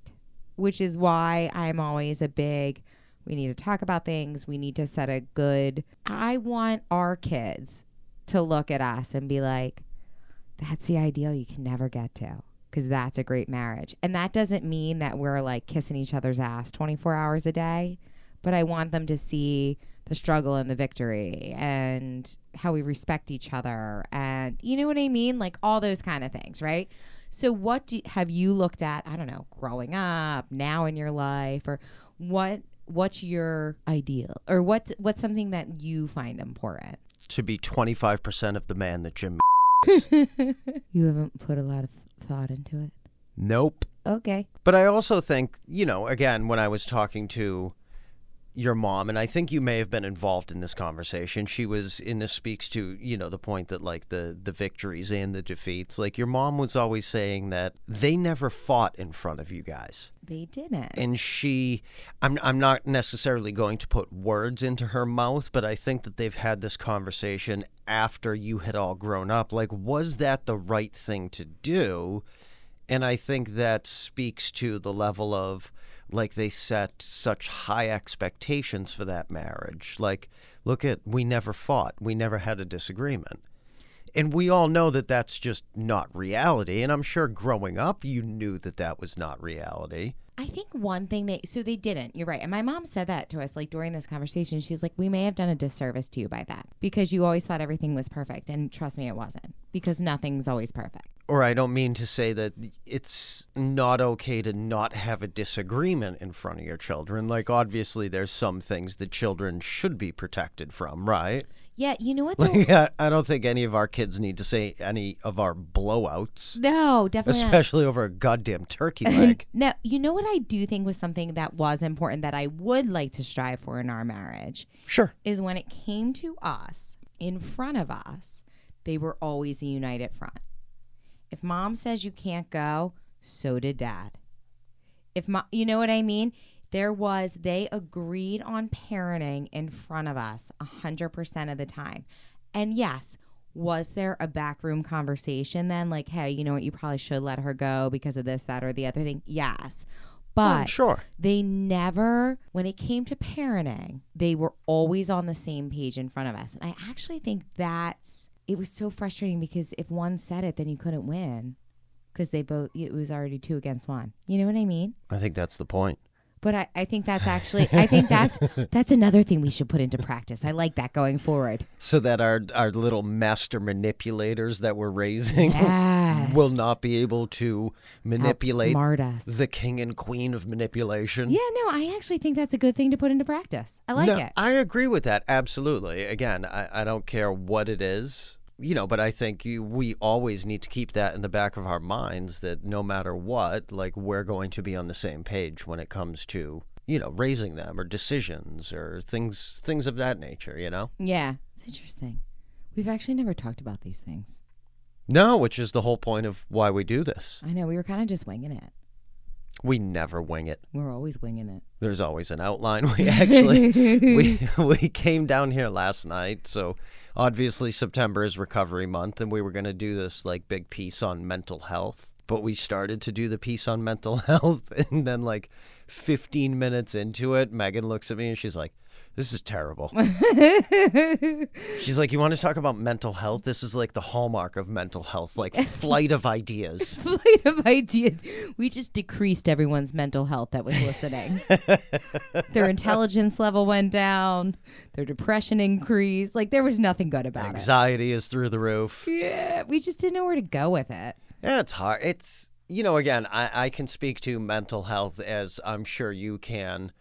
Speaker 3: which is why I'm always a big We need to talk about things. We need to set a good. I want our kids to look at us and be like, that's the ideal you can never get to because that's a great marriage. And that doesn't mean that we're like kissing each other's ass 24 hours a day, but I want them to see the struggle and the victory and how we respect each other and you know what I mean? Like all those kind of things, right? So what do have you looked at, I don't know, growing up, now in your life or what what's your ideal or what's what's something that you find important?
Speaker 2: to be 25% of the man that Jim.
Speaker 3: You haven't put a lot of thought into it.
Speaker 2: Nope.
Speaker 3: Okay.
Speaker 2: But I also think, you know, again, when I was talking to your mom, and I think you may have been involved in this conversation, she was, and this speaks to, you know, the point that like the, the victories and the defeats, like your mom was always saying that they never fought in front of you guys.
Speaker 3: They didn't.
Speaker 2: And she, I'm, I'm not necessarily going to put words into her mouth, but I think that they've had this conversation after you had all grown up. Like, was that the right thing to do? And I think that speaks to the level of like they set such high expectations for that marriage. Like, look at, we never fought, we never had a disagreement. And we all know that that's just not reality. And I'm sure growing up, you knew that that was not reality.
Speaker 3: I think one thing they so they didn't. You're right. And my mom said that to us like during this conversation. She's like, "We may have done a disservice to you by that because you always thought everything was perfect, and trust me, it wasn't because nothing's always perfect."
Speaker 2: or I don't mean to say that it's not okay to not have a disagreement in front of your children. Like, obviously, there's some things that children should be protected from, right?
Speaker 3: Yeah, you know what? though?
Speaker 2: Like, I I don't think any of our kids need to say any of our blowouts,
Speaker 3: no, definitely not.
Speaker 2: especially over a goddamn turkey leg.
Speaker 3: Now, you know what I do think was something that was important that I would like to strive for in our marriage
Speaker 2: sure.
Speaker 3: is when it came to us in front of us, they were always a united front. If mom says you can't go, so did dad. If mom, you know what I mean? There was, they agreed on parenting in front of us 100% of the time. And yes, was there a backroom conversation then? Like, hey, you know what? You probably should let her go because of this, that, or the other thing. Yes. But
Speaker 2: Sure.
Speaker 3: they never, when it came to parenting, they were always on the same page in front of us. And I actually think that's, it was so frustrating because if one said it, then you couldn't win because they both, it was already two against one. You know what I mean?
Speaker 2: I think that's the point.
Speaker 3: But I, I think that's actually, I think that's, that's another thing we should put into practice. I like that going forward.
Speaker 2: So that our, our little master manipulators that we're raising
Speaker 3: Yes.
Speaker 2: will not be able to manipulate
Speaker 3: Outsmart us.
Speaker 2: the king and queen of manipulation.
Speaker 3: Yeah, no, I actually think that's a good thing to put into practice. I like
Speaker 2: no,
Speaker 3: it.
Speaker 2: I agree with that. Absolutely. Again, I, I don't care what it is, you know, but I think you, we always need to keep that in the back of our minds that no matter what, like we're going to be on the same page when it comes to, you know, raising them or decisions or things things of that nature, you know?
Speaker 3: yeah. It's interesting. We've actually never talked about these things.
Speaker 2: No, which is the whole point of why we do this.
Speaker 3: I know, we were kind of just winging it.
Speaker 2: We never wing it.
Speaker 3: We're always winging it.
Speaker 2: There's always an outline. We actually we we came down here last night, so obviously September is recovery month and we were going to do this like big piece on mental health, but we started to do the piece on mental health and then like 15 minutes into it, Megan looks at me and she's like, "This is terrible." she's like, "You want to talk about mental health? This is like the hallmark of mental health, like flight of ideas."
Speaker 3: flight of ideas. We just decreased everyone's mental health that was listening. their intelligence level went down, their depression increased. Like there was nothing good about it.
Speaker 2: Anxiety is through the roof.
Speaker 3: Yeah, we just didn't know where to go with it.
Speaker 2: Yeah, it's hard. It's you know, again, I, I can speak to mental health as I'm sure you can,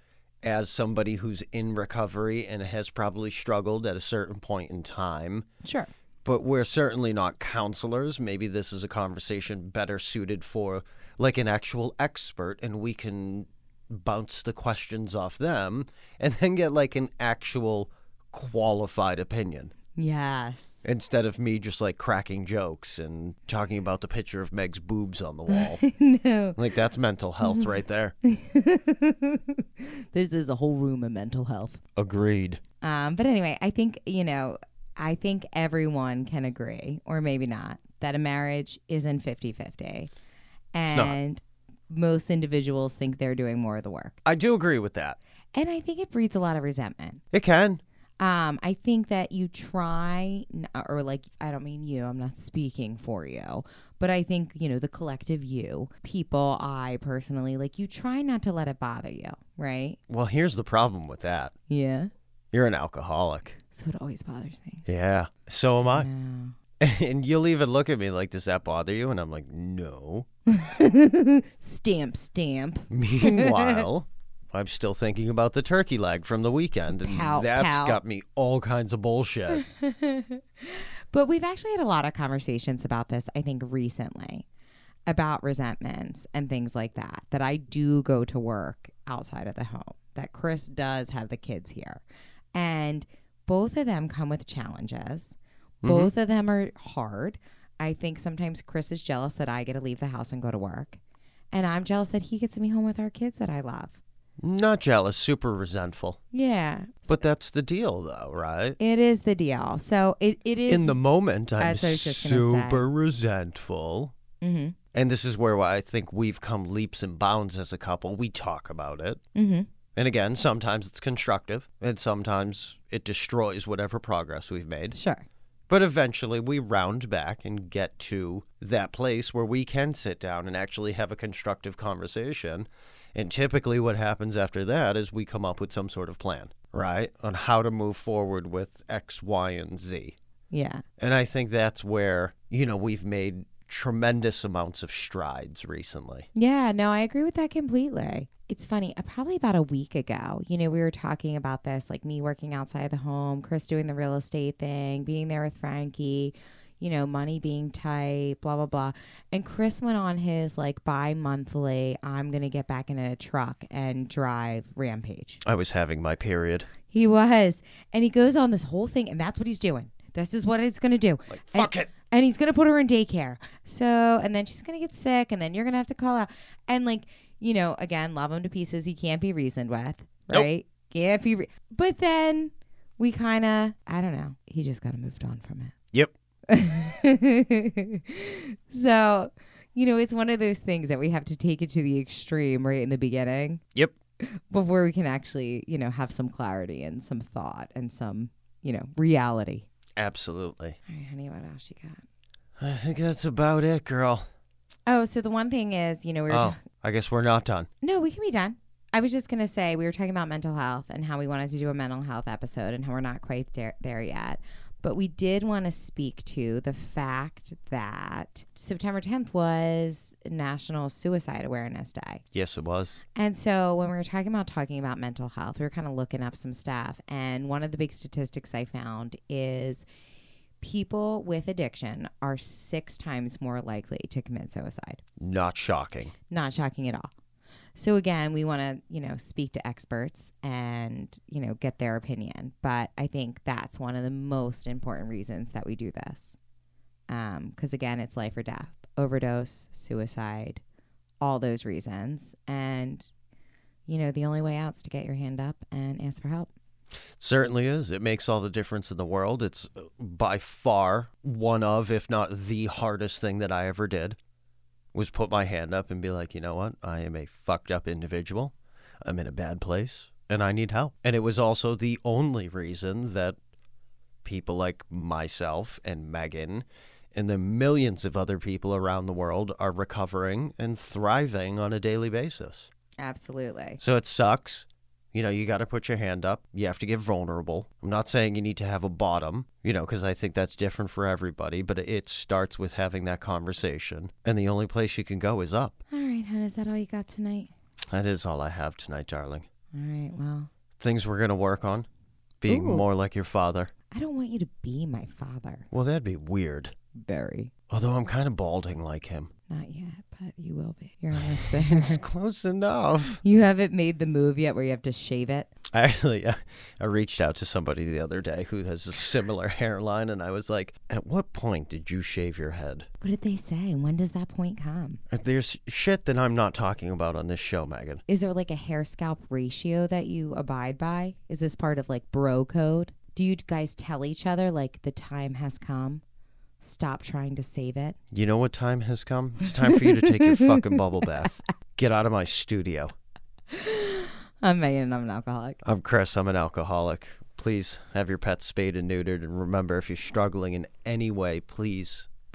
Speaker 2: as somebody who's in recovery and has probably struggled at a certain point in time.
Speaker 3: Sure.
Speaker 2: But we're certainly not counselors. Maybe this is a conversation better suited for like an actual expert, and we can bounce the questions off them and then get like an actual qualified opinion
Speaker 3: Yes.
Speaker 2: instead of me just like cracking jokes and talking about the picture of Meg's boobs on the wall.
Speaker 3: no.
Speaker 2: like that's mental health right there.
Speaker 3: This is a whole room of mental health.
Speaker 2: Agreed.
Speaker 3: Um, but anyway, I think, you know, I think everyone can agree, or maybe not, that a marriage isn't 50 50.
Speaker 2: not.
Speaker 3: And most individuals think they're doing more of the work.
Speaker 2: I do agree with that.
Speaker 3: And I think it breeds a lot of resentment.
Speaker 2: It can.
Speaker 3: Um, I think that you try, n- uh, or like, I don't mean you, I'm not speaking for you, but I think, you know, the collective you, people, I personally, like, you try not to let it bother you, right?
Speaker 2: Well, here's the problem with that.
Speaker 3: Yeah.
Speaker 2: You're an alcoholic.
Speaker 3: So it always bothers me.
Speaker 2: Yeah. So am I.
Speaker 3: No.
Speaker 2: And you'll even look at me like, does that bother you? And I'm like, no.
Speaker 3: Stamp, stamp.
Speaker 2: Meanwhile, I'm still thinking about the turkey leg from the weekend. And
Speaker 3: Pow,
Speaker 2: that's
Speaker 3: pow.
Speaker 2: got me all kinds of bullshit.
Speaker 3: But we've actually had a lot of conversations about this, I think, recently about resentments and things like that. That I do go to work outside of the home, that Chris does have the kids here. And both of them come with challenges,
Speaker 2: Mm-hmm.
Speaker 3: both of them are hard. I think sometimes Chris is jealous that I get to leave the house and go to work. And I'm jealous that he gets to be home with our kids that I love.
Speaker 2: Not jealous, super resentful.
Speaker 3: Yeah.
Speaker 2: But that's the deal, though, right?
Speaker 3: It is the deal. So it, it is
Speaker 2: In the moment, I'm
Speaker 3: That's what I was just gonna say.
Speaker 2: super resentful.
Speaker 3: Mhm.
Speaker 2: And this is where I think we've come leaps and bounds as a couple. We talk about it.
Speaker 3: Mhm.
Speaker 2: And again, sometimes it's constructive and sometimes it destroys whatever progress we've made.
Speaker 3: Sure.
Speaker 2: But eventually we round back and get to that place where we can sit down and actually have a constructive conversation. And typically what happens after that is we come up with some sort of plan, right? On how to move forward with X, Y, and Z.
Speaker 3: Yeah.
Speaker 2: And I think that's where, you know, we've made tremendous amounts of strides recently.
Speaker 3: Yeah, no, I agree with that completely. It's funny, uh, probably about a week ago, you know, we were talking about this like me working outside the home, Chris doing the real estate thing, being there with Frankie, you know, money being tight, blah, blah, blah. And Chris went on his like bi monthly, I'm going to get back in a truck and drive rampage.
Speaker 2: I was having my period.
Speaker 3: He was. And he goes on this whole thing, and that's what he's doing. This is what it's going to do. and,
Speaker 2: fuck it.
Speaker 3: And he's going to put her in daycare. So, and then she's going to get sick, and then you're going to have to call out. And, like, you know, again, love him to pieces. He can't be reasoned with,
Speaker 2: Nope.
Speaker 3: right? Can't be. Re- but then we kind of, I don't know. He just kind of moved on from it.
Speaker 2: Yep.
Speaker 3: so, you know, it's one of those things that we have to take it to the extreme right in the beginning
Speaker 2: Yep.
Speaker 3: before we can actually, you know, have some clarity and some thought and some, you know, reality.
Speaker 2: Absolutely.
Speaker 3: All right, honey, what else you got?
Speaker 2: I think that's about it, girl.
Speaker 3: Oh, so the one thing is, you know, we were
Speaker 2: Oh,
Speaker 3: ta-
Speaker 2: I guess we're not done.
Speaker 3: no, we can be done. I was just gonna say we were talking about mental health and how we wanted to do a mental health episode and how we're not quite there, there yet. But we did want to speak to the fact that September 10th was National Suicide Awareness Day.
Speaker 2: Yes, it was.
Speaker 3: And so when we were talking about talking about mental health, we were kind of looking up some stuff. And one of the big statistics I found is people with addiction are six times more likely to commit suicide.
Speaker 2: Not shocking.
Speaker 3: Not shocking at all. So again, we want to, you know, speak to experts and, you know, get their opinion. But I think that's one of the most important reasons that we do this. Because again, it's life or death, overdose, suicide, all those reasons. And, you know, the only way out is to get your hand up and ask for help.
Speaker 2: Certainly is. It makes all the difference in the world. It's uh, by far one of, if not the hardest thing that I ever did, was put my hand up and be like, you know what? I am a fucked up individual. I'm in a bad place and I need help. And it was also the only reason that people like myself and Megan and the millions of other people around the world are recovering and thriving on a daily basis.
Speaker 3: Absolutely.
Speaker 2: So it sucks. You know, you got to put your hand up. You have to get vulnerable. I'm not saying you need to have a bottom, you know, because I think that's different for everybody, but it starts with having that conversation. And the only place you can go is up.
Speaker 3: All right, hon, is that all you got tonight?
Speaker 2: That is all I have tonight, darling.
Speaker 3: All right, well,
Speaker 2: Things we're going to work on being
Speaker 3: Ooh.
Speaker 2: more like your father.
Speaker 3: I don't want you to be my father.
Speaker 2: Well, that'd be weird.
Speaker 3: Very.
Speaker 2: Although I'm kind of balding like him.
Speaker 3: Not yet, but you will be. You're almost there.
Speaker 2: It's close enough.
Speaker 3: You haven't made the move yet where you have to shave it.
Speaker 2: I actually, I, I reached out to somebody the other day who has a similar hairline, and I was like, At what point did you shave your head?
Speaker 3: What did they say? When does that point come?
Speaker 2: There's shit that I'm not talking about on this show, Megan.
Speaker 3: Is there like a hair scalp ratio that you abide by? Is this part of like bro code? Do you guys tell each other like the time has come? Stop trying to save it.
Speaker 2: You know what time has come? It's time for you to take your fucking bubble bath. Get out of my studio.
Speaker 3: I'm Megan and I'm an alcoholic.
Speaker 2: I'm Chris. I'm an alcoholic. Please have your pets spayed and neutered. And remember, if you're struggling in any way, please